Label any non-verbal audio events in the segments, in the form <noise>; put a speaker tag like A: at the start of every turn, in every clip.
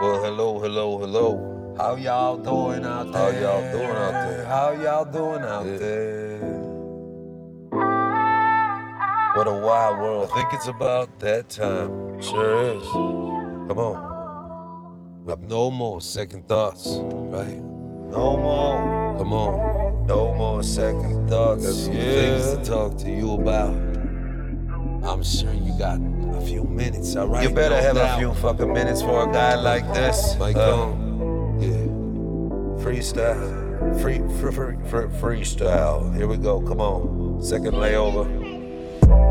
A: Well, hello, hello, hello.
B: How y'all doing out
A: How
B: there?
A: y'all doing out there?
B: How y'all doing out
A: Yeah.
B: there?
A: What a wild world. I think it's about that time. Sure is. Come on. With no more second thoughts, right?
B: No more,
A: Come on.
B: no more second thoughts.
A: There's some things to
B: yeah.
A: talk to you about. I'm sure you got a few minutes, all right?
B: You better
A: No
B: have
A: doubt.
B: a few fucking minutes for a guy like this.
A: Like,
B: Uh,
A: um, yeah.
B: freestyle, free, free, free, free, freestyle. Here we go. Come on, second layover.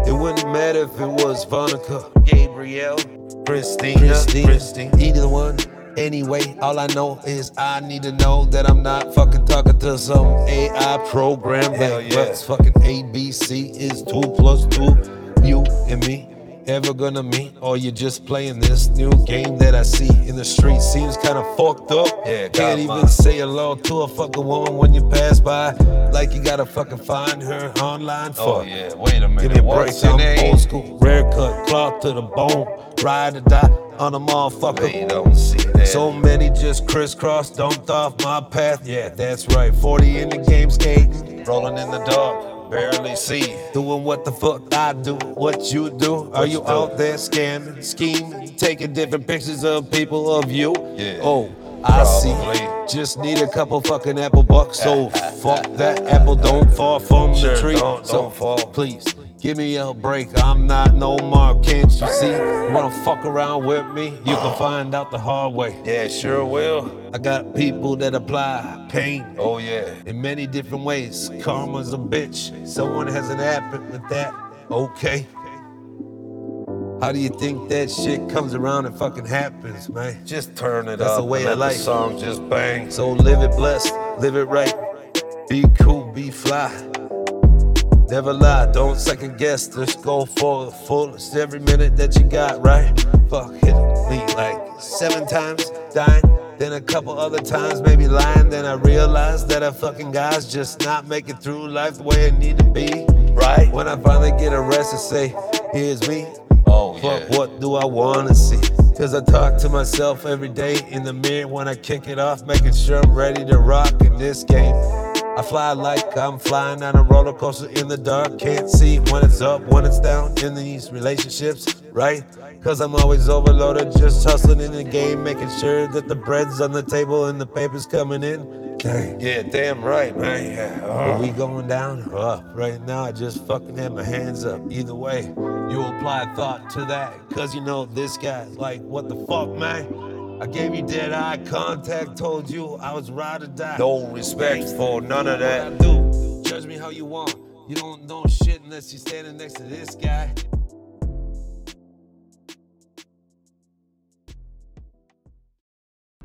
A: It wouldn't matter if it was Vonica,
B: Gabriel, Christina,
A: Christine,
B: Christine.
A: either one. Anyway, all I know is I need to know that I'm not fucking talking to some AI program
B: Hell
A: like
B: yeah.
A: what's fucking ABC is two plus two. You and me ever gonna meet, or you just playing this new game that I see in the street? Seems kind of fucked up.
B: Yeah,
A: can't
B: God,
A: even
B: man.
A: say hello to a fucking woman when you pass by, like you gotta fucking find her online. Fuck.
B: Oh yeah, wait a
A: Give
B: minute.
A: me a break.
B: What's your
A: I'm
B: name?
A: old school. Rare cut, claw to the bone. Ride or die on a
B: They
A: motherfucker.
B: don't see that.
A: So many just crisscross, dumped off my path. Yeah, that's right. 40 in the game skating.
B: rolling in the dark, barely see.
A: Doing what the fuck I do, what you do. Are
B: What
A: you
B: you do?
A: out there scamming, scheming, taking different pictures of people of you?
B: Yeah,
A: Oh, I
B: probably.
A: see. Just need a couple fucking apple bucks. So
B: <laughs>
A: fuck that apple, don't fall from
B: Sure,
A: the tree.
B: don't-
A: so
B: don't fall.
A: Please give me a break. I'm not no Mark. Can't you see? Wanna fuck around with me? You can find out the hard way.
B: Yeah, sure will.
A: I got people that apply pain
B: Oh yeah.
A: in many different ways. Karma's a bitch. Someone has an app with that. Okay. How do you think that shit comes around and fucking happens, man?
B: Just turn it
A: That's
B: up.
A: the way
B: and
A: I
B: let
A: like.
B: The song just bangs.
A: So live it blessed, live it right. Be cool, be fly. Never lie, don't second guess. Just go for the fullest every minute that you got, right? Fuck, hit me like seven times, dying. Then a couple other times, maybe lying. Then I realized that I fucking guys just not making through life the way I need to be.
B: Right.
A: When I finally get arrested, say, here's me.
B: Oh
A: Fuck,
B: yeah.
A: what do I wanna see? Cause I talk to myself every day in the mirror when I kick it off, making sure I'm ready to rock in this game. I fly like I'm flying on a roller coaster in the dark. Can't see when it's up, when it's down in these relationships, right? Cause I'm always overloaded, just hustling in the game, making sure that the bread's on the table and the paper's coming in. Dang.
B: Yeah, damn right, man. Yeah.
A: Are
B: uh,
A: we going down or up? Right now, I just fucking had my hands up. Either way, you apply thought to that. Cause you know, this guy's like, what the fuck, man? I gave you dead eye contact, told you I was ride or die.
B: No respect for none of
A: What I
B: that.
A: do, judge me how you want. You don't know shit unless you're standing next to this guy.